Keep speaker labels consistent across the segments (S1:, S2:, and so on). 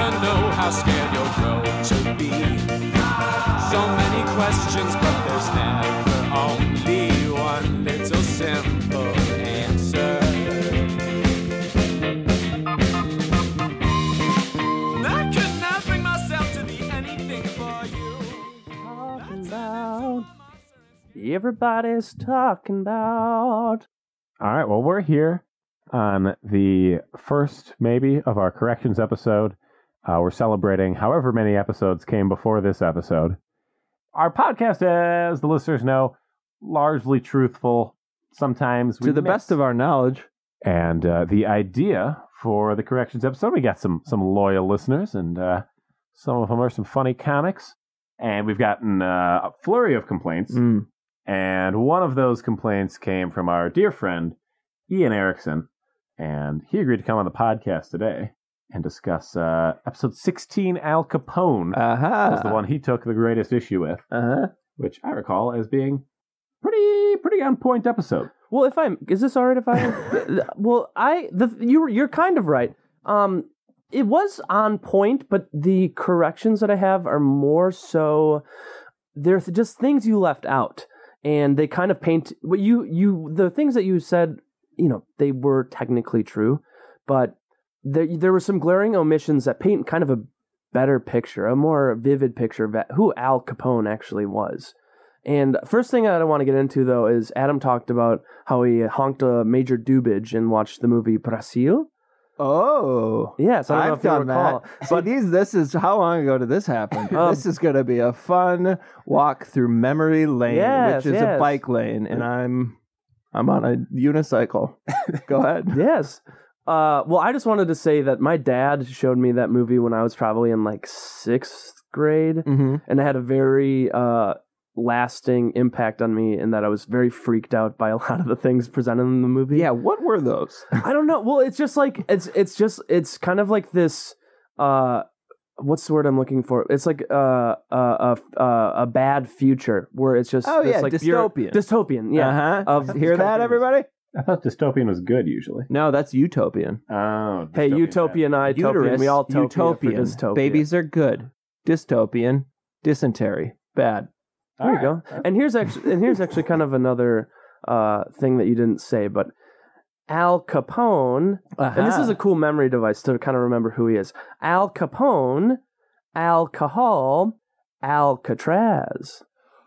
S1: how scared you're grown to be. So many questions, but there's never only one little simple answer. And I could not bring myself to be anything for you.
S2: Talking about. Everybody's talking about.
S3: All right. Well, we're here on the first, maybe, of our corrections episode. Uh, we're celebrating however many episodes came before this episode. Our podcast, as the listeners know, largely truthful. Sometimes we
S4: to the
S3: mix.
S4: best of our knowledge.
S3: and uh, the idea for the corrections episode, we got some some loyal listeners, and uh, some of them are some funny comics, and we've gotten uh, a flurry of complaints.
S4: Mm.
S3: And one of those complaints came from our dear friend, Ian Erickson. And he agreed to come on the podcast today and discuss uh, episode 16 Al Capone,
S4: Aha.
S3: was the one he took the greatest issue with,
S4: Ah. Uh-huh.
S3: which I recall as being pretty pretty on point episode.
S4: Well, if I'm, is this all right? If I,
S3: I-
S4: well, I, the you, you're kind of right. Um, it was on point, but the corrections that I have are more so. They're just things you left out, and they kind of paint what you you the things that you said. You know, they were technically true, but there there were some glaring omissions that paint kind of a better picture, a more vivid picture of who Al Capone actually was. And first thing that I want to get into though is Adam talked about how he honked a major dubage and watched the movie Brasil.
S5: Oh.
S4: Yeah, so I don't know
S5: I've
S4: if you
S5: done
S4: recall.
S5: that. See, these, this is how long ago did this happen?
S4: Um,
S5: this is going to be a fun walk through memory lane,
S4: Yes,
S5: which is
S4: yes.
S5: a bike lane, and I'm I'm on a unicycle. Go ahead.
S4: yes. Uh, well, I just wanted to say that my dad showed me that movie when I was probably in like sixth grade,
S5: Mm-hmm.
S4: and it had a very uh, lasting impact on me in that I was very freaked out by a lot of the things presented in the movie.
S5: Yeah, what were those?
S4: I don't know. Well, it's just like it's it's just it's kind of like this. Uh, what's the word I'm looking for? It's like uh, a a a, a bad future where it's just
S5: Oh,
S4: this,
S5: yeah,
S4: like bureau-
S5: dystopian.
S4: dystopian. Yeah,
S5: Uh-huh.
S4: Of-
S5: Hear that, everybody?
S3: I thought dystopian was good usually.
S5: No, that's utopian.
S3: Oh,
S4: hey,
S3: dystopian,
S4: utopia and I,
S5: Uterus,
S4: we all topia
S5: utopian.
S4: for dystopia.
S5: Babies are good. Dystopian. Dysentery. Bad.
S4: There you go. And here's actually and here's actually kind of another uh, thing that you didn't say, but Al Capone And
S5: Uh-huh.
S4: this is a cool memory device to kind of remember who he is. Al Capone, alcohol, Alcatraz.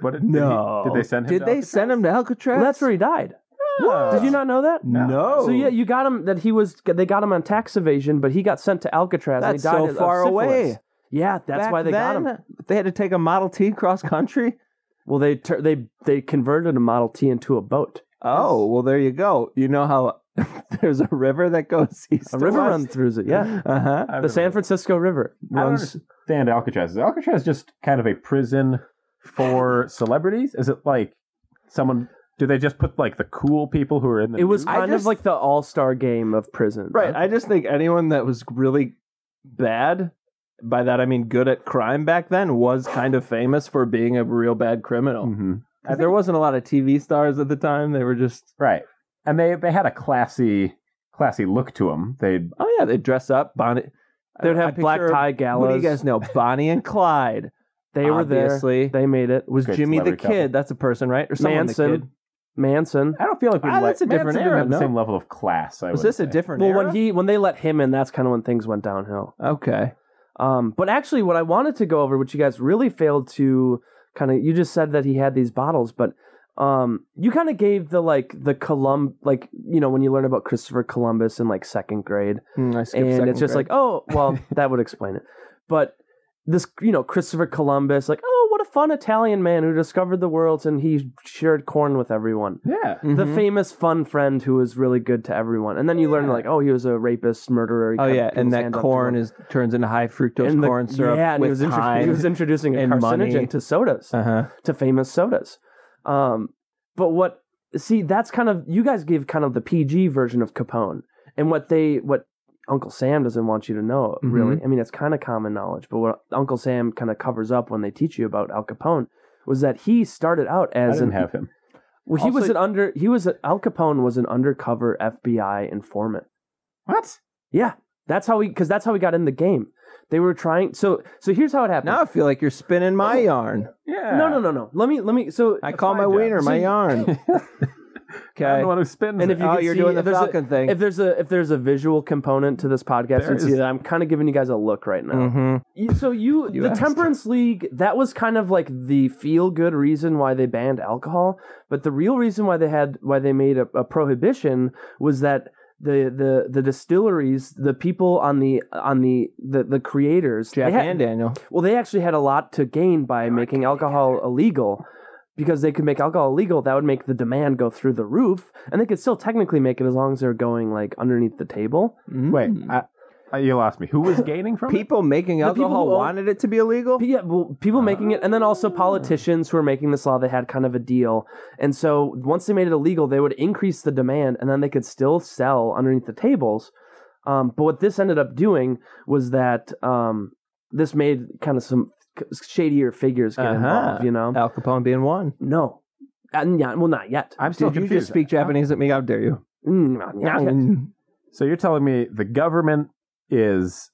S3: What did,
S5: No.
S3: Did, he, did they send him?
S5: Did
S3: to
S5: they
S3: Alcatraz?
S5: send him to Alcatraz?
S4: Well, that's where he died.
S5: What?
S4: Did you not know that?
S5: No.
S4: So yeah, you got him that he was. They got him on tax evasion, but he got sent to Alcatraz.
S5: that's
S4: and he died
S5: so
S4: of
S5: far
S4: syphilis.
S5: away.
S4: Yeah, that's
S5: Back
S4: why they
S5: then,
S4: got him.
S5: They had to take a Model T cross country.
S4: Well, they tur they they converted a Model T into a boat.
S5: Oh well, there you go. You know how there's a river that goes east.
S4: A river runs through it. Yeah,
S5: Uh huh.
S3: Ah, I
S4: the
S3: don't
S4: San Francisco River.
S3: I don't
S4: Runs,
S3: understand Alcatraz. Is Alcatraz just kind of a prison for celebrities? Is it like someone? Do they just put like the cool people who are in the?
S4: it was
S3: news?
S5: I
S4: kind of
S5: just-
S4: like the All Star Game of prisons.
S5: Right. I just think anyone that was really bad, by that I mean good at crime back then, was kind of famous for being a real bad criminal.
S3: Mhm.
S5: 'Cause there wasn't a lot of TV stars at the time. They were just
S3: right, and they they had a classy classy look to them. They
S5: oh yeah, they would dress up Bonnie.
S4: They'd
S5: I- I
S4: have black
S5: picture-
S4: tie
S5: What
S4: galas.
S5: do you guys know? Bonnie and Clyde.
S4: they were there.
S5: obviously.
S4: They made it.
S5: It was
S3: Great
S5: Jimmy the
S3: celebrity
S5: Kid.
S3: couple.
S5: That's a person, right? Or someone the
S4: Manson.
S5: kid.
S4: Manson.
S3: I don't feel like we
S5: Ah,
S3: let-
S5: that's a
S3: Manson
S5: different
S3: didn't
S5: era,
S3: have the
S5: no.
S3: same level of class. I
S5: Was
S3: would
S5: this a
S3: say.
S5: different
S4: Well,
S5: era?
S4: when he when they let him in, that's kind of when things went downhill.
S5: okay.
S4: Um, but actually, what I wanted to go over, which you guys really failed to kind of, you just said that he had these bottles, but um, you kind of gave the like the Colum like you know when you learn about Christopher Columbus in like second grade,
S5: Hmm, I skipped
S4: and
S5: second
S4: it's just
S5: grade.
S4: like oh well that would explain it, but this you know Christopher Columbus like oh what a fun Italian man who discovered the world and he shared corn with everyone.
S3: yeah.
S4: the
S5: Mhm.
S4: famous fun friend who was really good to everyone. And then you learn like, oh, he was a rapist, murderer. he
S5: Oh
S4: cut
S5: yeah,
S4: people's
S5: and that
S4: hand up to
S5: corn
S4: him.
S5: is turns into high fructose
S4: And the-
S5: corn syrup
S4: Yeah, and
S5: with
S4: he was, intro-
S5: time.
S4: he was introducing a
S5: and
S4: carcinogen
S5: money.
S4: to sodas,
S5: uh-huh.
S4: to famous sodas. Um, but what? See, that's kind of you guys give kind of the PG version of Capone, and what they what Uncle Sam doesn't want you to know
S5: Mm-hmm.
S4: really. I mean, it's kind of common knowledge, but what Uncle Sam kind of covers up when they teach you about Al Capone was that he started out
S3: I
S4: as
S3: didn't
S4: an
S3: have him.
S4: well, he was
S5: Also-
S4: an under. He was Al Capone was an undercover FBI informant.
S3: What?
S4: Yeah, that's how he because that's how he got in the game. They were trying. So so here's how it happened.
S5: Now I feel like you're spinning my yarn.
S3: Yeah.
S4: no, no, no, no. Let me let me. So
S5: I call my wiener my yarn.
S3: I'm
S5: Okay.
S3: the one who spins
S4: And
S3: it.
S4: if you
S5: oh,
S4: can
S5: you're
S4: see-
S5: doing the
S4: if there's a-
S5: Falcon thing.
S4: if there's a if there's a visual component to this podcast,
S3: There
S4: you can see
S3: is.
S4: that I'm kind of giving you guys a look right now.
S5: hmm
S4: You- So you,
S5: You
S4: the
S5: asked.
S4: Temperance League, that was kind of like the feel good reason why they banned alcohol, but the real reason why they had why they made a, a prohibition was that the, the the distilleries, the people on the on the the, the creators, they
S5: Jack
S4: had-
S5: and Daniel.
S4: well, they actually had a lot to gain by making alcohol illegal because they could make alcohol illegal. That would make the demand go through the roof, and they could still technically make it as long as they're going like underneath the table.
S3: Wait, I, I, you lost me. Who was gaining from it?
S5: Hmm. People making
S4: people
S5: alcohol
S4: who own-
S5: wanted it to be illegal.
S4: But yeah, well, people making it, and then also politicians who were making this law, they had kind of a deal. And so once they made it illegal, they would increase the demand, and then they could still sell underneath the tables. Um, but what this ended up doing was that um, this made kind of some shadier figures get
S5: Uh-huh.
S4: involved, you know?
S5: Al Capone being one.
S4: No. Uh, yeah, well, not yet.
S3: I'm
S5: Did
S3: still
S5: you
S3: confused.
S5: just speak Japanese at me? How dare you?
S4: Mm, not yet.
S3: So you're telling me the government is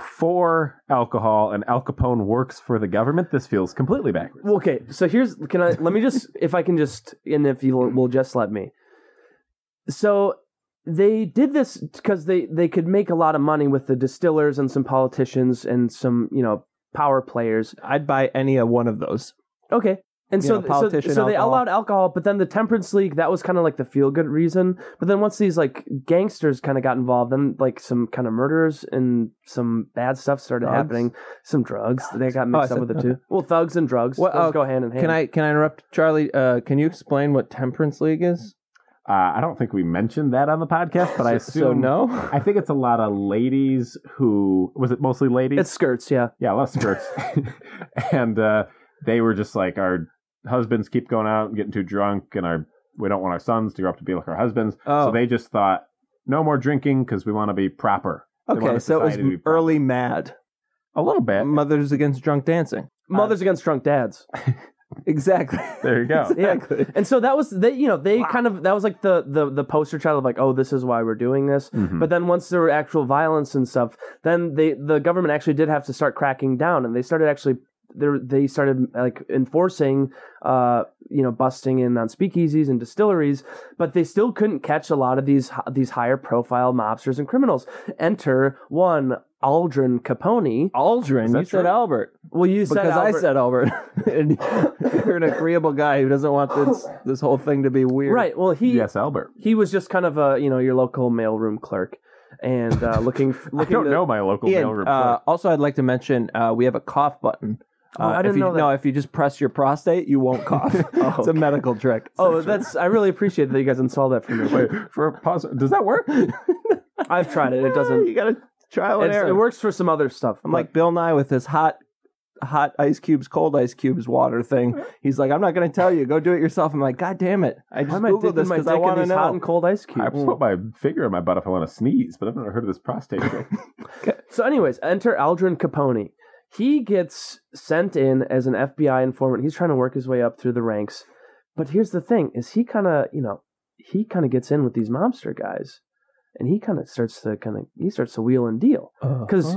S3: for alcohol and Al Capone works for the government? This feels completely backwards.
S4: Well, okay, so here's can I let me just if I can just and if you will just let me. So they did this because they they could make a lot of money with the distillers and some politicians and some you know power players.
S5: I'd buy any of one of those.
S4: Okay. And
S5: You
S4: so,
S5: know,
S4: th-
S5: politician
S4: so, so they
S5: alcohol.
S4: allowed alcohol, but then the temperance league that was kind of like the feel good reason. But then once these like gangsters kind of got involved, then like some kind of murders and some bad stuff started
S5: Drugs? Oh,
S4: happening. Some drugs they got
S5: I
S4: mixed
S5: said-
S4: up with the two. Well, thugs and drugs
S5: Well,
S4: those
S5: uh,
S4: go hand in hand.
S5: Can I can I interrupt, Charlie? Uh, can you explain what Temperance League is?
S3: Uh, I don't think we mentioned that on the podcast, but I
S5: So-
S3: assume
S5: so no.
S3: I think it's a lot of ladies who was it mostly ladies?
S4: It's skirts, yeah.
S3: yeah, a lot of skirts, and uh, they were just like our husbands keep going out and getting too drunk, and our we don't want our sons to grow up to be like our husbands, so
S5: Oh.
S3: they just thought no more drinking because we want to be proper. They want
S5: Okay,
S3: our
S5: so it
S3: society to
S5: was
S3: be proper.
S5: early mad.
S3: a little bit.
S5: Mothers against drunk dancing.
S4: Mothers against drunk dads.
S5: Exactly.
S3: There you go.
S5: exactly.
S4: And so that was they you know, they kind of that was like the, the the poster child of like, oh, this is why we're doing this.
S3: Mhm.
S4: But then once there were actual violence and stuff, then they the government actually did have to start cracking down and they started actually they they started like enforcing uh you know busting in on speakeasies and distilleries but they still couldn't catch a lot of these hi- these higher profile mobsters and criminals enter one Aldrin Capone
S5: Aldrin,
S3: Is that
S5: you said
S3: true?
S5: Albert
S4: well you said
S5: because
S4: Albert-
S5: I said Albert, and you're an agreeable guy who doesn't want this this whole thing to be weird.
S4: right well he
S3: Yes, Albert.
S4: he was just kind of a you know your local mailroom clerk and uh, looking
S3: I
S4: looking
S3: don't
S4: to-
S3: know my local
S5: Ian,
S3: mail report.
S5: uh, also, I'd like to mention uh, we have a cough button.
S4: Oh,
S5: Uh,
S4: I didn't
S5: if you,
S4: know that.
S5: No, if you just press your prostate, you won't cough. It's a medical trick.
S4: Oh, that's I really appreciate that you guys installed that for me.
S3: Wait, for a pause. Does that work?
S4: I've tried it; it doesn't.
S5: you gotta trial and
S4: It's,
S5: error.
S4: it works for some other stuff.
S5: I'm like Bill Nye with his hot, hot ice cubes, cold ice cubes, water thing. He's like, I'm not gonna tell you. Go do it yourself. I'm like, God damn it! I
S4: why
S5: just
S4: am I
S5: googled
S4: dipping
S5: this
S4: my
S5: because
S4: dick
S5: I
S4: in
S5: want to
S4: these hot and
S5: know.
S4: cold ice
S3: I
S4: cubes?
S3: put my finger in my butt if I want to sneeze, but I've never heard of this prostate trick.
S4: So, anyways, enter Aldrin Capone. He gets sent in as an FBI informant. He's trying to work his way up through the ranks. But here's the thing: is he kind of you know he kind of gets in with these mobster guys, and he kind of starts to kind of he starts to wheel and deal.
S5: Uh-huh.
S4: because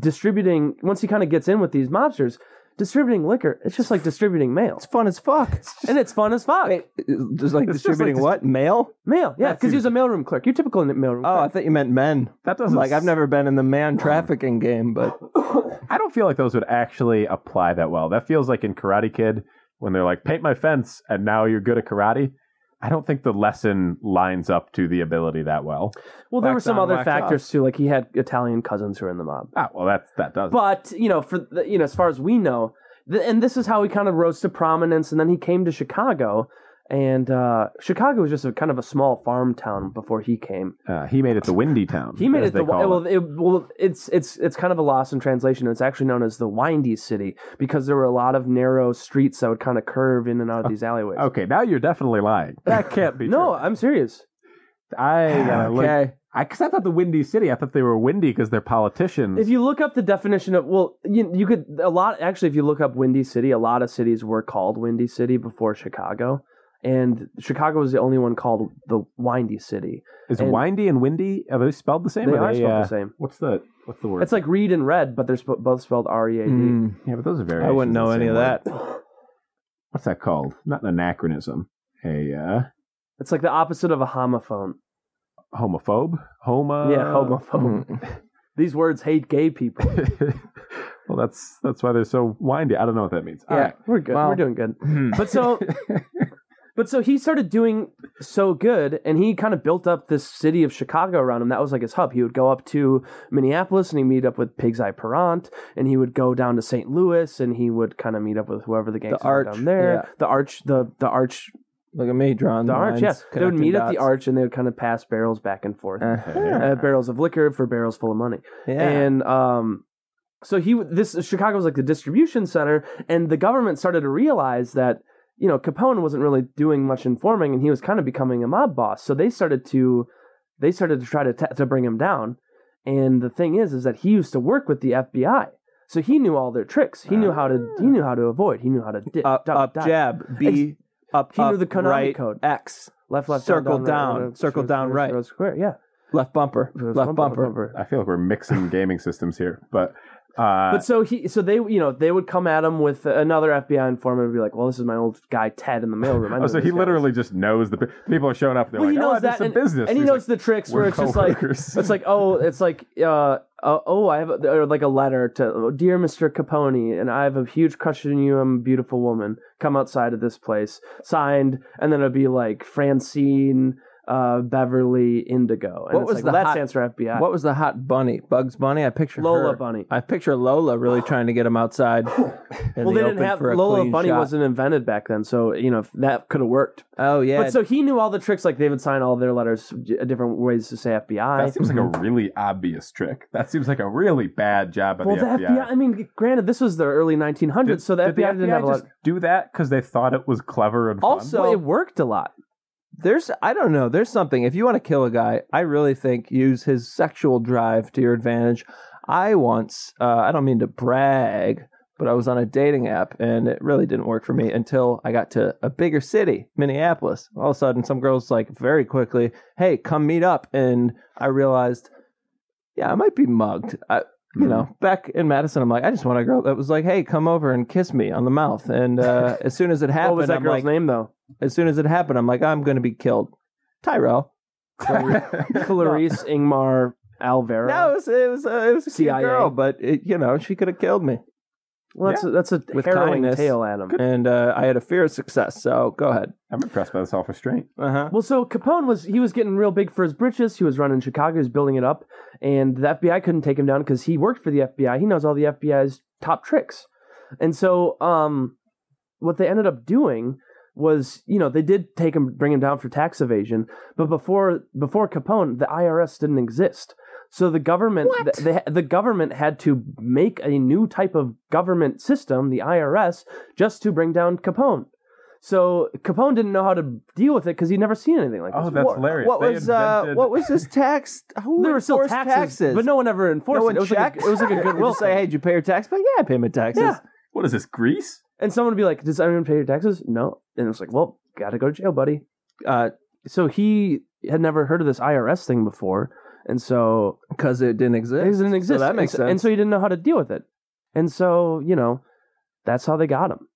S4: distributing once he kind of gets in with these mobsters, distributing liquor, it's just like distributing mail,
S5: It's fun as fuck.
S4: and it's fun as fuck.
S5: Wait, just like
S3: It's just
S5: distributing
S3: like
S5: what mail?
S4: mail, yeah,
S3: that
S4: because he
S3: seems-
S4: was a mailroom clerk. Your typical n- mailroom.
S5: Oh, I
S4: clerk.
S5: thought you meant men.
S3: That doesn't.
S5: Like I've
S3: s-
S5: never been in the man trafficking game, but
S3: I don't feel like those would actually apply that well. That feels like in Karate Kid when they're like, "Paint my fence," and now you're good at karate. I don't think the lesson lines up to the ability that well.
S4: well, there were
S5: wax
S4: some
S5: on,
S4: other
S5: wax
S4: factors
S5: off.
S4: too, like he had Italian cousins who were in the mob.
S3: Ah, well, that's that does.
S4: But you know, for the, you know, as far as we know, th- and this is how he kind of rose to prominence, and then he came to Chicago. And uh, Chicago was just a kind of a small farm town before he came.
S3: uh, he made it to Windy Town.
S4: He made
S3: as
S4: it
S3: they
S4: the
S3: call it.
S4: well, it, well. It's it's it's kind of a loss in translation. It's actually known as the windy city because there were a lot of narrow streets that would kind of curve in and out of these alleyways.
S3: Oh, Okay, now you're definitely lying. That can't be.
S4: No, I'm serious.
S3: true. I gotta look.
S5: okay.
S3: I because I thought the Windy City. I thought they were windy because they're politicians.
S4: If you look up the definition of well, you, you could a lot actually. If you look up windy city, a lot of cities were called windy city before Chicago, and Chicago is the only one called the Windy City.
S3: Is
S4: And-
S3: windy and windy are they spelled the same?
S4: They
S3: or
S4: are spelled
S3: uh,
S4: the same.
S3: What's the what's the word?
S4: It's like read and red, but they're sp- both spelled R E A D.
S3: yeah, but those are very.
S5: Mm, I wouldn't know any of that.
S3: What's that called? Not an anachronism. A uh,
S4: It's like the opposite of a homophone.
S3: homophobe. Homo.
S4: yeah, homophobe. Uh,
S3: Oh.
S4: These words hate gay people.
S3: well, that's that's why they're so windy. I don't know what that means.
S4: Yeah,
S3: All right.
S4: we're good.
S5: Well-
S4: we're doing good. But so, but so he started doing so good, and he kind of built up this city of Chicago around him. That was like his hub. He would go up to Minneapolis and he meet up with Pig's Eye Perrant, and he would go down to St. Louis and he would kind of meet up with whoever the gangsters were
S5: Arch,
S4: down there.
S5: yeah.
S4: The Arch, the the Arch,
S5: Look at me drawing
S4: the Arch.
S5: lines.
S4: Yeah, they would
S5: connecting
S4: meet at the
S5: dots.
S4: Arch and they would kind of pass barrels back and forth,
S5: Uh-huh.
S4: uh, barrels of liquor for barrels full of money.
S5: Yeah.
S4: And um, so he this Chicago was like the distribution center, and the government started to realize that you know Capone wasn't really doing much informing, and he was kind of becoming a mob boss. So they started to they started to try to ta to bring him down. And the thing is, is that he used to work with the FBI, so he knew all their tricks. He knew how to he knew how to avoid. He knew how to dip,
S5: Ah. up,
S4: duck,
S5: up,
S4: dive.
S5: jab, B, up,
S4: He knew
S5: up,
S4: the Konami
S5: right,
S4: code.
S5: X,
S4: left left
S5: circle
S4: right,
S5: down,
S4: right,
S5: circle
S4: right,
S5: down, right.
S4: square yeah
S5: left bumper, left bumper.
S3: I feel like we're mixing gaming systems here, but uh,
S4: But so he, so they, you know, they would come at him with another FBI informant and be like, "Well, this is my old guy Ted in the mailroom." I
S3: oh,
S4: know
S3: so
S4: this
S3: he
S4: guy."
S3: literally just knows the pe- people are showing up. They're
S4: well,
S3: like,
S4: he knows
S3: oh,
S4: that,
S3: that's a
S4: and,
S3: business.
S4: and he
S3: He's
S4: knows the tricks
S3: "We're
S4: where it's just like,
S3: coworkers."
S4: it's like, oh, it's like, uh, uh, oh, I have a, or like a letter to, oh, dear Mister Capone, and I have a huge crush on you. I'm a beautiful woman. Come outside of this place, signed, and then it'd be like Francine. Uh, Beverly Indigo. And
S5: What
S4: it's
S5: was
S4: like,
S5: the
S4: let's
S5: hot-
S4: answer FBI.
S5: What was the hot bunny? Bugs Bunny. I picture
S4: Lola
S5: her.
S4: Bunny.
S5: I picture Lola really trying to get him outside.
S4: well, they didn't have Lola Bunny wasn't invented back then, so you know if that could have worked.
S5: Oh yeah,
S4: But so he knew all the tricks, like they would sign all their letters j- different ways to say
S3: That
S4: FBI.
S3: seems like a really obvious trick. That seems like a really bad job by
S4: well,
S3: the, FBI.
S4: I mean, granted, this was the early 1900s, so the FBI
S3: did the
S4: didn't have a lot.
S3: just do that because they thought it was clever and fun?
S5: Also-
S4: Well, it worked a lot.
S5: there's I don't know. There's something. If you want to kill a guy, I really think use his sexual drive to your advantage. I once, uh, I don't mean to brag, but I was on a dating app and it really didn't work for me until I got to a bigger city, Minneapolis. All of a sudden, some girls like very quickly, "Hey, come meet up," and I realized, yeah, I might be mugged. I, you
S4: Hmm.
S5: know, back in Madison, I'm like, I just want a girl that was like, "Hey, come over and kiss me on the mouth." And uh, as soon as it happened,
S4: What was that
S5: I'm
S4: girl's
S5: like,
S4: name though?
S5: as soon as it happened, I'm like, I'm going to be killed. Tyrell.
S4: Clarice Ingmar Alvera.
S5: No, it was it was, uh, it was a cute
S4: CIA.
S5: girl, but it, you know she could have killed me.
S4: well, that's a, that's a
S5: With
S4: harrowing
S5: kindness.
S4: tale, Adam.
S5: And uh, I had a fear of success. So go ahead.
S3: I'm impressed by the self restraint.
S5: Uh huh.
S4: Well, so Capone was he was getting real big for his britches. He was running Chicago, he was building it up, and the FBI couldn't take him down because he worked for the FBI. He knows all the FBI's top tricks, and so um, what they ended up doing was you know they did take him bring him down for tax evasion, but before before Capone, the IRS didn't exist. So the government, the, the government had to make a new type of government system, the IRS, just to bring down Capone. So Capone didn't know how to deal with it because he'd never seen anything like this.
S3: Oh, that's
S4: before.
S3: hilarious.
S5: What
S3: They
S5: was uh,
S3: invented-
S5: what was this tax? Who
S4: There were still
S5: enforced
S4: taxes, but no one ever enforced
S5: no one
S4: it. It was,
S5: checked.
S4: Like a, it was like a
S5: They
S4: goodwill.
S5: just say, hey,
S4: thing.
S5: did you pay your tax? But yeah, I pay my taxes.
S4: Yeah.
S3: What is this, Greece?
S4: and someone would be like, "Does anyone pay your taxes?" No, and it's like, "Well, gotta go to jail, buddy."
S5: Uh,
S4: So he had never heard of this IRS thing before, and so
S5: because it didn't
S4: it
S5: exist.
S4: didn't exist.
S5: that
S4: And
S5: makes
S4: so- And
S5: sense.
S4: so he didn't know how to deal with it, and so you know, that's how they got him.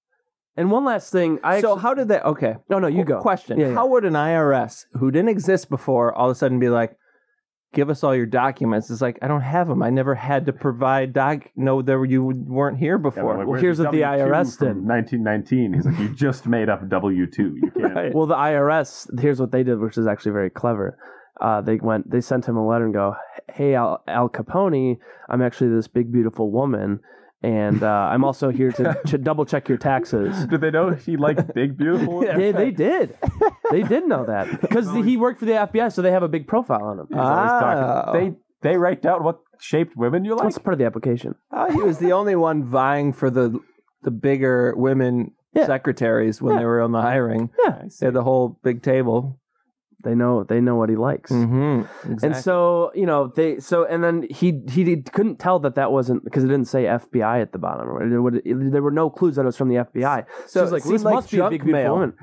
S4: And one last thing, I
S5: so
S4: actu-
S5: how did that? Okay,
S4: no no you
S5: Qu-
S4: go
S5: Question:
S4: Yeah, yeah.
S5: How would an IRS who didn't exist before all of a sudden be like, "Give us all your documents"? It's like I don't have them. I never had to provide doc. No, there were- you weren't here
S3: Yeah,
S5: before.
S3: they're like,
S4: Well,
S3: "Where's
S4: here's what the
S3: W2
S4: IRS
S3: from
S4: did."
S3: 1919. He's like, you just made up W two. You can't.
S5: Right.
S4: Well, the IRS, here's what they did, which is actually very clever. Uh, they went, they sent him a letter and go, "Hey, Al, Al Capone, I'm actually this big beautiful woman, and uh, I'm also here to, to double check your taxes."
S3: Did they know he liked big beautiful? women?
S4: Yeah, they did. They did know that because he worked for the FBI, so they have a big profile on him.
S3: He's always
S5: Oh.
S3: talking. They they write down what shaped women you like.
S4: That's part of the application.
S5: Oh, he was the only one vying for the the bigger women
S4: Yeah.
S5: secretaries when
S4: Yeah.
S5: they were on the hiring.
S4: Yeah,
S5: They had the whole big table.
S4: They know they know what he likes.
S5: Mm-hmm.
S4: And so you know they so and then he he did, couldn't tell that that wasn't because it didn't say FBI at the bottom or whatever. There would- There were no clues that it was from the FBI. So,
S5: So
S4: it's
S5: it
S4: like
S5: seemed
S4: this
S5: like
S4: must be a
S5: junk
S4: big beautiful
S5: mail.
S4: woman.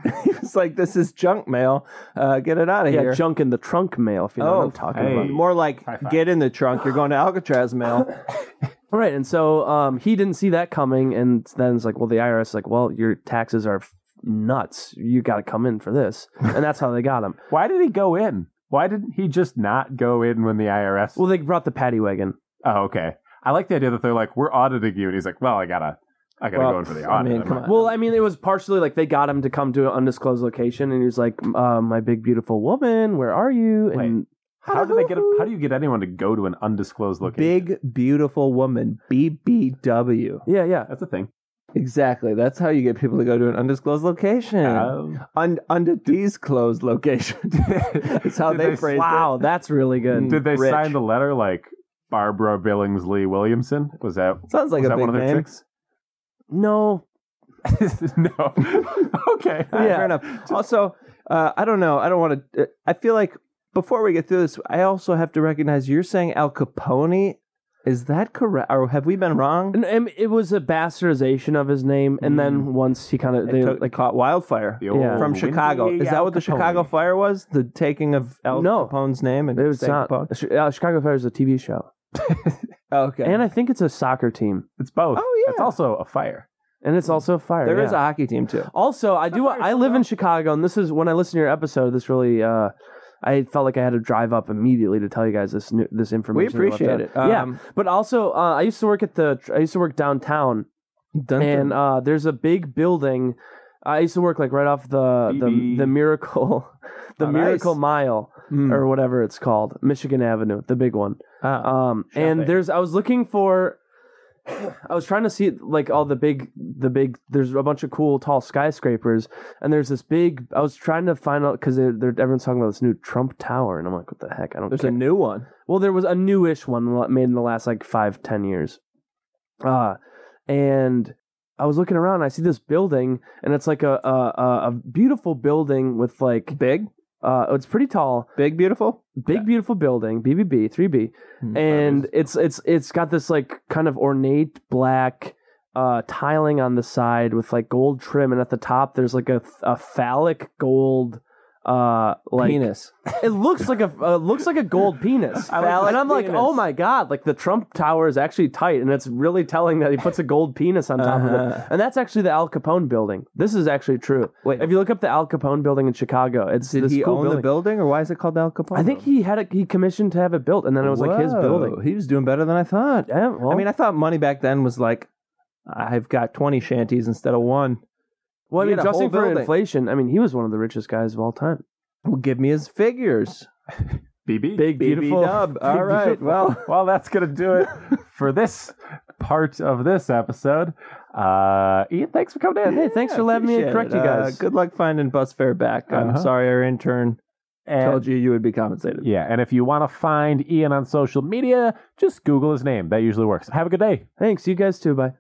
S5: it's like this is junk mail. Uh, get it out of
S4: Yeah,
S5: here. Oh,
S4: junk in the trunk mail. If you know what I'm talking
S3: hey.
S4: about.
S5: More like
S3: High five.
S5: get in the trunk. You're going to Alcatraz mail.
S4: Right, and so um, he didn't see that coming, and then it's like, well, the IRS is like, well, your taxes are f- nuts. You got to come in for this, and that's how they got him.
S3: Why did he go in? Why didn't he just not go in when the IRS?
S4: Well, they brought the paddy wagon.
S3: oh, okay. I like the idea that they're like, we're auditing you, and he's like, well, I gotta, I gotta
S5: Well,
S3: go in for the audit.
S5: I mean,
S3: I'm
S5: come
S3: like,
S5: on.
S4: Well, I mean, it was partially like they got him to come to an undisclosed location, and he was like, uh, "My big beautiful woman, where are you?" And
S3: How do they get? How do you get anyone to go to an undisclosed location?
S5: Big beautiful woman. BBW.
S4: yeah, yeah,
S3: That's a thing.
S5: Exactly. That's how you get people to go to an undisclosed location.
S3: Um,
S5: Un- under these closed locations. That's how
S3: Did
S5: they,
S3: they
S5: phrase
S4: wow, that's really good.
S3: did they
S5: Rich.
S3: sign the letter like Barbara Billingsley Williamson? Was that
S5: it. Sounds like
S3: was
S5: a
S3: that
S5: big
S3: one of their
S5: name.
S3: tricks?
S4: no,
S3: no. okay.
S5: yeah. Ah, fair enough. Also, uh, I don't know. I don't want to. I feel like before we get through this, I also have to recognize you're saying Al Capone. Is that correct? Or have we been wrong?
S4: and, and it was a bastardization of his name, and then once he kind of they
S5: They Mm. took,
S4: like
S5: caught wildfire
S3: The old
S4: Yeah.
S5: from
S3: Windy
S5: Chicago. Is that what the
S3: Al Capone.
S5: Chicago fire was? The taking of Al
S4: No.
S5: Capone's name and
S4: it was
S5: saying
S4: not.
S5: Capone?
S4: Uh, Chicago Fire is a TV show,
S5: Oh, okay.
S4: and I think it's a soccer team,
S3: It's both.
S5: Oh, yeah.
S3: It's also a fire.
S4: and it's also a fire.
S5: there
S4: yeah.
S5: is a hockey team too.
S4: Also, I do. I live in Chicago, and this is when I listened to your episode. This really, uh, I felt like I had to drive up immediately to tell you guys this new, this
S5: We
S4: information. about
S5: appreciate
S4: that.
S5: it. Um,
S4: yeah, but also, uh, I used to work at the. I used to work downtown,
S5: dun-
S4: and uh, there's a big building. I used to work like right off the the,
S3: BB.
S4: the miracle, the
S5: Oh, nice.
S4: miracle mile
S5: Mm.
S4: or whatever it's called, Michigan Avenue, the big one.
S5: Ah.
S4: Um, and
S3: Shopping.
S4: there's I was looking for I was trying to see like all the big the big there's a bunch of cool tall skyscrapers and there's this big I was trying to find out because they're, they're everyone's talking about this new Trump Tower and I'm like what the heck I don't
S5: there's
S4: care.
S5: a new one.
S4: well there was a newish one la- made in the last like five ten years uh and I was looking around and I see this building and it's like a a, a- a beautiful building with like
S5: Big,
S4: uh it's pretty tall
S5: big, beautiful.
S4: big beautiful building bbb 3b
S5: Hmm.
S4: and it's it's it's got this like kind of ornate black uh tiling on the side with like gold trim and at the top there's like a, a phallic gold uh like
S5: Penis.
S4: it looks like a uh, looks like a gold penis
S5: Phallic
S4: and i'm like
S5: penis.
S4: oh my god like the trump tower is actually tight and it's really telling that he puts a gold penis on top of
S5: Uh-huh.
S4: it and that's actually the al capone building this is actually true
S5: Wait.
S4: if you look up the al capone building in chicago it's
S5: Did
S4: this
S5: he
S4: cool
S5: own
S4: building.
S5: the building, or why is it called Al Capone?
S4: I think he had it. He commissioned to have it built, and then it was like his building.
S5: Whoa, He was doing better than I thought.
S4: Yeah, well,
S5: I mean, I thought money back then was like, I've got 20 shanties instead of one.
S4: well, I
S5: he
S4: mean,
S5: had a
S4: adjusting
S5: whole
S4: for
S5: building.
S4: inflation, I mean, he was one of the richest guys of all time.
S5: Well, give me his figures.
S3: BB.
S4: Big, beautiful.
S5: BB-dub. All right. Well,
S3: Well, that's gonna do it for this part of this episode. Uh, Ian, thanks for coming in.
S4: Hey, thanks for letting me
S5: appreciate
S4: correct
S5: it.
S4: you
S5: Uh,
S4: guys.
S5: good luck finding bus fare back. I'm
S3: Uh-huh.
S5: sorry our intern
S3: And-
S5: told you you would be compensated.
S3: Yeah, and if you want to find Ian on social media, just Google his name. That usually works. Have a good day.
S4: Thanks, you guys too. Bye.